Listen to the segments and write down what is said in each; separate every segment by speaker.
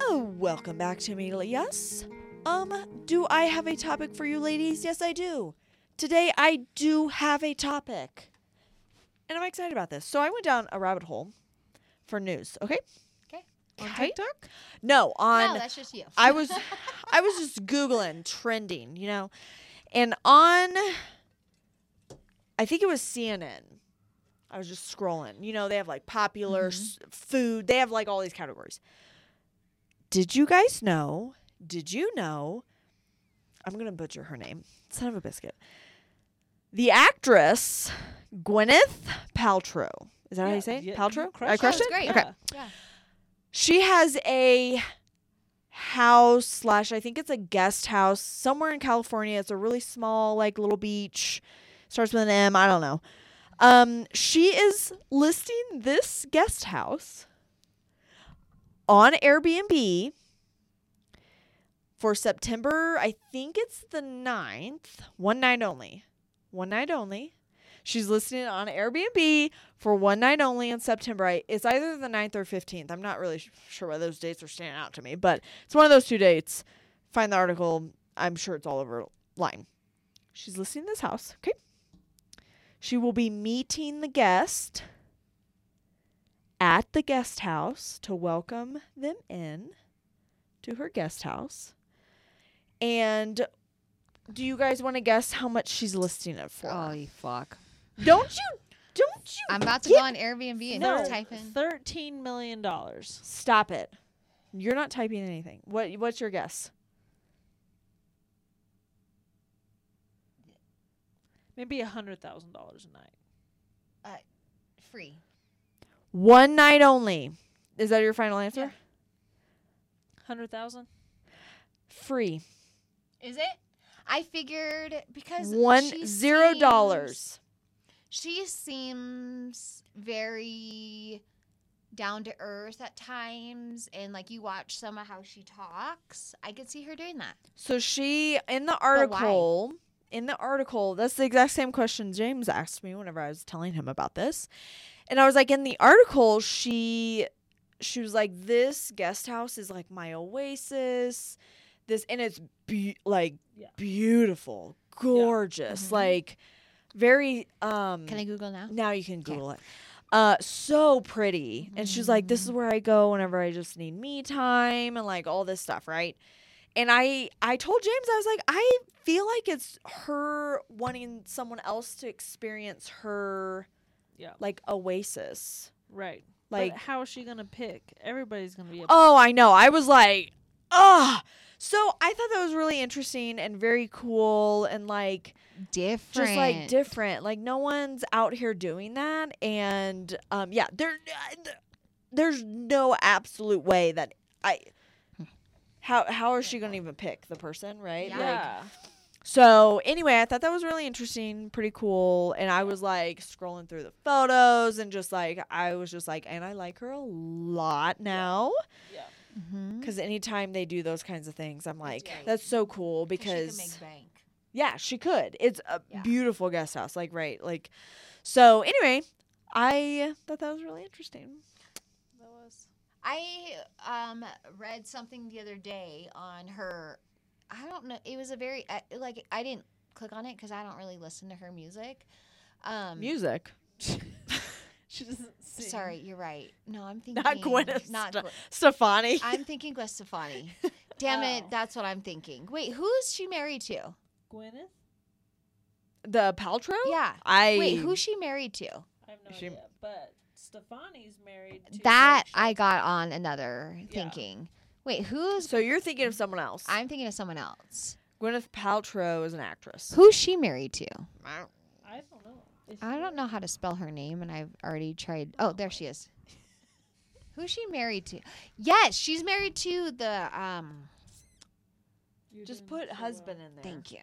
Speaker 1: Oh, Welcome back to Immediately Yes. Um, do I have a topic for you ladies? Yes, I do. Today I do have a topic. And I'm excited about this. So I went down a rabbit hole for news, okay?
Speaker 2: Okay.
Speaker 1: On
Speaker 2: Okay.
Speaker 1: TikTok? No, on
Speaker 2: no, that's just you.
Speaker 1: I was I was just googling trending, you know. And on I think it was CNN. I was just scrolling. You know, they have like popular
Speaker 3: Mm-hmm.
Speaker 1: s- food. They have like all these categories. Did you guys know? Did you know? I'm going to butcher her name. Son of a biscuit. The actress Gwyneth Paltrow. Is that how
Speaker 3: Yeah,
Speaker 1: you say it?
Speaker 3: yeah, you
Speaker 1: Paltrow?
Speaker 3: crushed
Speaker 1: I
Speaker 3: it.
Speaker 1: crushed
Speaker 2: That was
Speaker 1: it?
Speaker 2: great.
Speaker 1: Okay.
Speaker 2: Yeah.
Speaker 1: She has a house slash I think it's a guest house somewhere in California. It's a really small like little beach. Starts with an M. I don't know. Um, she is listing this guest house on Airbnb for September. I think it's the 9th. One night only. One night only. She's listing it on Airbnb for one night only in September. I, it's either the 9th or 15th. I'm not really sh- sure why those dates are standing out to me, but it's one of those two dates. Find the article. I'm sure it's all over line. She's listing this house. Okay. She will be meeting the guest at the guest house to welcome them in to her guest house. And do you guys want to guess how much she's listing it for?
Speaker 3: Oh, you fuck.
Speaker 1: Don't you? Don't you?
Speaker 2: I'm about to
Speaker 1: get-
Speaker 2: go on Airbnb and
Speaker 1: No.
Speaker 2: type in.
Speaker 3: Thirteen million dollars.
Speaker 1: Stop it. You're not typing anything. What? What's your guess?
Speaker 3: Maybe a hundred thousand dollars a night.
Speaker 2: Free.
Speaker 1: One night only. Is that your final answer?
Speaker 2: Yeah.
Speaker 3: Hundred thousand.
Speaker 1: Free.
Speaker 2: Is it? I figured because
Speaker 1: One
Speaker 2: she
Speaker 1: zero
Speaker 2: seems-
Speaker 1: dollars.
Speaker 2: She seems very down to earth at times, and like you watch some of how she talks. I could see her doing that.
Speaker 1: So she in the
Speaker 2: why?
Speaker 1: article in the article, that's the exact same question James asked me whenever I was telling him about this. And I was like, in the article, she she was like, This guest house is like my oasis. This and it's be- like
Speaker 3: Yeah.
Speaker 1: beautiful, gorgeous,
Speaker 2: Mhm.
Speaker 1: like very um
Speaker 2: Can I Google now?
Speaker 1: now you can
Speaker 2: 'Kay.
Speaker 1: Google it. Uh, so pretty. And she's like, this is where I go whenever I just need me time and like all this stuff, right? And I I told James, I was like, I feel like it's her wanting someone else to experience her
Speaker 3: Yeah.
Speaker 1: like oasis.
Speaker 3: Right.
Speaker 1: Like
Speaker 3: but how is she gonna pick? Everybody's gonna be. A
Speaker 1: Oh, I know. I was like, oh. So I thought that was really interesting and very cool and like
Speaker 2: Different.
Speaker 1: just like different. Like no one's out here doing that, and um, yeah, there, there's no absolute way that I. How how is she gonna even pick the person, right?
Speaker 2: Yeah.
Speaker 1: Like,
Speaker 3: yeah.
Speaker 1: so anyway, I thought that was really interesting, pretty cool, and I was like scrolling through the photos and just like I was just like, and I like her a lot now
Speaker 3: yeah.
Speaker 2: Mhm.
Speaker 1: because anytime they do those kinds of things, I'm like,
Speaker 2: right.
Speaker 1: that's so cool because.
Speaker 2: she could make bank.
Speaker 1: Yeah, she could. It's a
Speaker 2: Yeah.
Speaker 1: beautiful guest house. Like, right. Like, so anyway, I thought that was really interesting.
Speaker 3: That was.
Speaker 2: I um read something the other day on her. I don't know. It was a very I- like I didn't click on it because I don't really listen to her music. Um,
Speaker 1: Music.
Speaker 3: She doesn't. Sing.
Speaker 2: Sorry, you're right. No, I'm thinking
Speaker 1: Not Gwyneth
Speaker 2: Not
Speaker 1: Sta-
Speaker 2: Gwe-
Speaker 1: Stefani.
Speaker 2: I'm thinking Gwen Stefani. Damn it,
Speaker 3: Oh.
Speaker 2: that's what I'm thinking. Wait, who's she married to?
Speaker 3: Gwyneth.
Speaker 1: the Paltrow?
Speaker 2: Yeah.
Speaker 1: I.
Speaker 2: Wait, who's she married to?
Speaker 3: I have no
Speaker 1: She-
Speaker 3: idea. But Stefani's married. to
Speaker 2: That
Speaker 3: Rachel.
Speaker 2: I got on another
Speaker 3: Yeah.
Speaker 2: thinking. Wait, who's?
Speaker 1: So you're thinking of someone else.
Speaker 2: I'm thinking of someone else.
Speaker 1: Gwyneth Paltrow is an actress.
Speaker 2: Who's she married to?
Speaker 3: I don't know. Is
Speaker 2: I
Speaker 3: she
Speaker 2: don't know how to spell her name, and I've already tried. Oh, there she is. Who's she married to? Yes, she's married to the. Um,
Speaker 3: You're
Speaker 1: Just
Speaker 3: doing
Speaker 1: put
Speaker 3: so
Speaker 1: husband
Speaker 3: well.
Speaker 1: in there.
Speaker 2: thank you.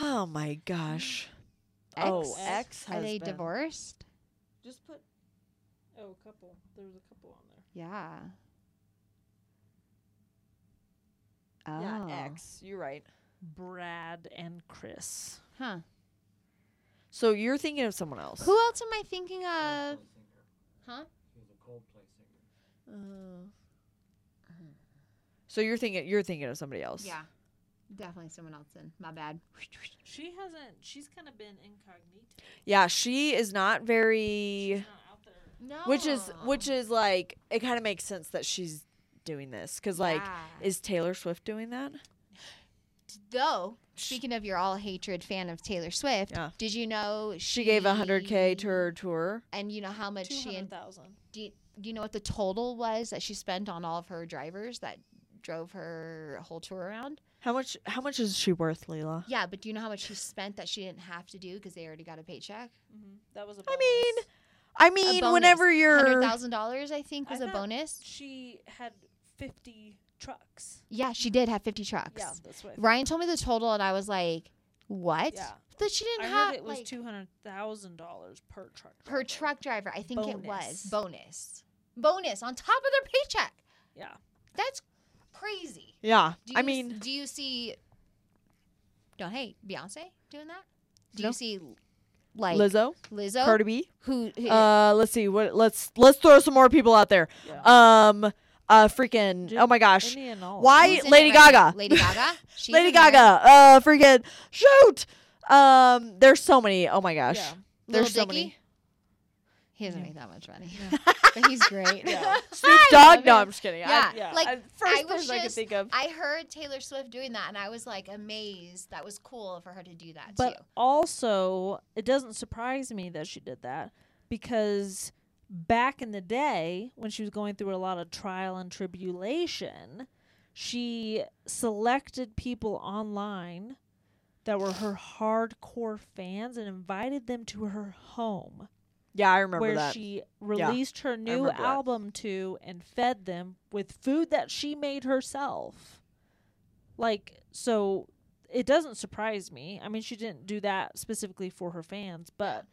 Speaker 1: Oh my gosh. Oh,
Speaker 2: Ex?
Speaker 1: ex
Speaker 2: Are they
Speaker 1: husband.
Speaker 2: divorced?
Speaker 3: Just put. Oh, couple. There was a couple on there.
Speaker 2: Yeah. Oh.
Speaker 1: Yeah, ex. You're right.
Speaker 3: Brad and Chris.
Speaker 2: Oh. Huh.
Speaker 1: So you're thinking of someone else.
Speaker 2: Who else am I thinking of? Huh?
Speaker 1: Uh, So you're thinking you're thinking of somebody else.
Speaker 2: Yeah. Definitely someone else in. My bad.
Speaker 3: She hasn't. She's kind of been incognito.
Speaker 1: Yeah, she is not
Speaker 3: She's
Speaker 1: very
Speaker 3: not out there.
Speaker 2: No.
Speaker 1: which is
Speaker 2: Oh.
Speaker 1: which is like it kind of makes sense that she's doing this cuz like
Speaker 2: Yeah.
Speaker 1: is Taylor Swift doing that?
Speaker 2: though speaking of your all hatred fan of Taylor Swift,
Speaker 1: Yeah.
Speaker 2: did you know
Speaker 1: She gave 100k to her tour.
Speaker 2: and you know how much
Speaker 3: Two
Speaker 2: she
Speaker 3: hundred
Speaker 2: and
Speaker 3: thousand.
Speaker 2: do you, do you know what the total was that she spent on all of her drivers that drove her whole tour around?
Speaker 1: How much how much is she worth, Leela?
Speaker 2: Yeah, but do you know how much she spent that she didn't have to do because they already got a paycheck?
Speaker 3: Mm-hmm. That was a
Speaker 1: I
Speaker 3: bonus.
Speaker 1: mean, I
Speaker 2: A
Speaker 1: mean,
Speaker 2: bonus.
Speaker 1: whenever you're
Speaker 2: $100,000, I think, was
Speaker 3: I
Speaker 2: a
Speaker 3: thought-
Speaker 2: bonus.
Speaker 3: she had fifty trucks.
Speaker 2: Yeah, she did have 50 trucks.
Speaker 3: Yeah, that's what. I thought.
Speaker 2: Ryan told me the total, and I was like, what?
Speaker 3: Yeah.
Speaker 2: That she
Speaker 3: I
Speaker 2: didn't have.
Speaker 3: heard it was
Speaker 2: like,
Speaker 3: two hundred thousand dollars per truck.
Speaker 2: per
Speaker 3: driver.
Speaker 2: truck driver. I think it was
Speaker 3: Bonus.
Speaker 2: bonus. Bonus on top of their paycheck.
Speaker 3: Yeah.
Speaker 2: That's crazy.
Speaker 1: Yeah.
Speaker 2: Do you,
Speaker 1: I
Speaker 2: s-
Speaker 1: mean,
Speaker 2: do you see? Don't hate Beyonce doing that. Do
Speaker 1: No.
Speaker 2: you see like
Speaker 1: Lizzo,
Speaker 2: Lizzo
Speaker 1: Cardi B.
Speaker 2: who, who
Speaker 1: Uh, let's see. What let's let's throw some more people out there. Um, uh, freaking.
Speaker 3: Ju-
Speaker 1: oh my gosh.
Speaker 3: Any and all.
Speaker 1: Why-
Speaker 2: who's in it
Speaker 1: Lady
Speaker 2: right now?
Speaker 1: Gaga.
Speaker 2: Lady Gaga. She's
Speaker 1: Lady
Speaker 2: in there.
Speaker 1: Gaga. Uh, freaking. Shoot. Um, there's so many. Oh my gosh.
Speaker 3: Yeah.
Speaker 1: There's
Speaker 2: Lil
Speaker 1: so
Speaker 2: Dicky?
Speaker 1: many.
Speaker 2: He doesn't
Speaker 3: No.
Speaker 2: make that much money, but he's great.
Speaker 3: Yeah.
Speaker 1: Snoop
Speaker 2: love
Speaker 1: Dogg. No,
Speaker 2: it.
Speaker 1: I'm just kidding.
Speaker 2: Yeah,
Speaker 1: I, yeah.
Speaker 2: like,
Speaker 1: I, first
Speaker 2: was
Speaker 1: person I could
Speaker 2: just-
Speaker 1: think of.
Speaker 2: I heard Taylor Swift doing that, and I was like amazed. That was cool for her to do that
Speaker 3: But
Speaker 2: too.
Speaker 3: also, it doesn't surprise me that she did that because back in the day, when she was going through a lot of trial and tribulation, she selected people online that were her hardcore fans and invited them to her home
Speaker 1: yeah, I remember
Speaker 3: where
Speaker 1: that.
Speaker 3: she released her new
Speaker 1: remember that.
Speaker 3: album to and fed them with food that she made herself. Like, so it doesn't surprise me. I mean, she didn't do that specifically for her fans, but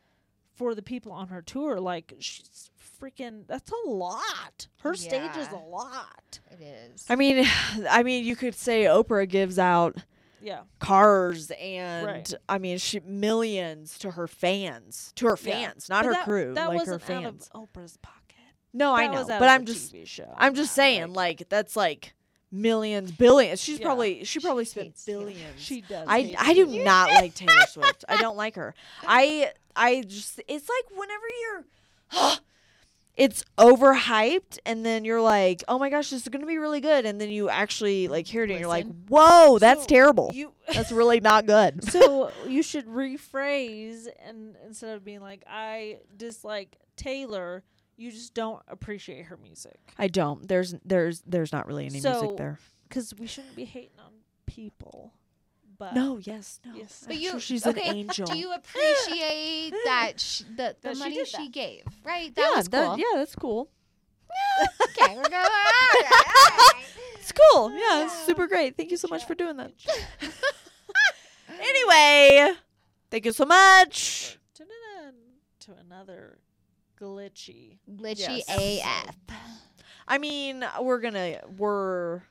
Speaker 3: for the people on her tour, like, she's freaking, that's a lot. Her stage is
Speaker 2: Yeah.
Speaker 3: a lot.
Speaker 2: It is.
Speaker 1: I mean, I mean, you could say Oprah gives out
Speaker 3: Yeah.
Speaker 1: cars and
Speaker 3: Right.
Speaker 1: I mean, she millions to her fans, to her
Speaker 3: Yeah.
Speaker 1: fans, not
Speaker 3: But
Speaker 1: her
Speaker 3: that,
Speaker 1: crew,
Speaker 3: that
Speaker 1: like her
Speaker 3: wasn't
Speaker 1: fans.
Speaker 3: out of Oprah's pocket.
Speaker 1: no, I
Speaker 3: That
Speaker 1: know,
Speaker 3: was out
Speaker 1: but
Speaker 3: of
Speaker 1: I'm
Speaker 3: the
Speaker 1: just,
Speaker 3: TV show.
Speaker 1: I'm just
Speaker 3: Yeah,
Speaker 1: saying,
Speaker 3: like,
Speaker 1: like that's like millions, billions. She's
Speaker 3: Yeah.
Speaker 1: probably she
Speaker 2: She
Speaker 1: probably spent
Speaker 2: hates Taylor.
Speaker 1: billions.
Speaker 3: she does.
Speaker 1: I
Speaker 3: hate
Speaker 1: I do
Speaker 3: Taylor.
Speaker 1: not like Taylor Swift. I don't like her. I I just it's like whenever you're it's overhyped and then you're like, "Oh my gosh, this is going to be really good." And then you actually like hear it and you're like,
Speaker 2: Listen.
Speaker 1: "Whoa, that's
Speaker 3: So,
Speaker 1: terrible.
Speaker 3: You,
Speaker 1: That's really not good."
Speaker 3: so you should rephrase and instead of being like i dislike taylor you just don't appreciate her music
Speaker 1: I don't. There's there's there's not really any
Speaker 3: So,
Speaker 1: music there.
Speaker 3: because we shouldn't be hating on people but
Speaker 1: No, yes, no.
Speaker 3: Yes.
Speaker 1: I'm
Speaker 2: uh, But you-
Speaker 1: sure she's
Speaker 2: okay,
Speaker 1: an angel.
Speaker 2: Do you appreciate that sh- the, the
Speaker 3: That she
Speaker 2: money
Speaker 3: did
Speaker 2: she,
Speaker 3: that.
Speaker 2: gave? Right? That
Speaker 1: yeah,
Speaker 2: was
Speaker 1: that-
Speaker 2: cool.
Speaker 1: yeah, that's cool.
Speaker 2: Okay, we're going. All right, all right.
Speaker 1: It's cool. Yeah, it's
Speaker 2: Yeah.
Speaker 1: super great. Thank you
Speaker 3: Good
Speaker 1: so much
Speaker 3: job.
Speaker 1: for doing that.
Speaker 3: Good job.
Speaker 1: Anyway, thank you so much.
Speaker 3: Ta-da-da. to another glitchy
Speaker 2: Glitchy
Speaker 1: Yes.
Speaker 2: AF.
Speaker 1: I mean, we're gonna we're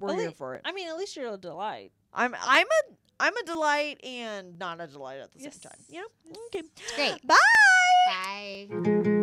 Speaker 1: we're
Speaker 3: Only-
Speaker 1: here for it.
Speaker 3: i mean at least you're a delight
Speaker 1: I'm I'm a I'm a delight and not a delight at the same time. You know?
Speaker 3: Yes.
Speaker 1: Okay.
Speaker 2: Great.
Speaker 1: Bye.
Speaker 2: Bye.
Speaker 1: Bye.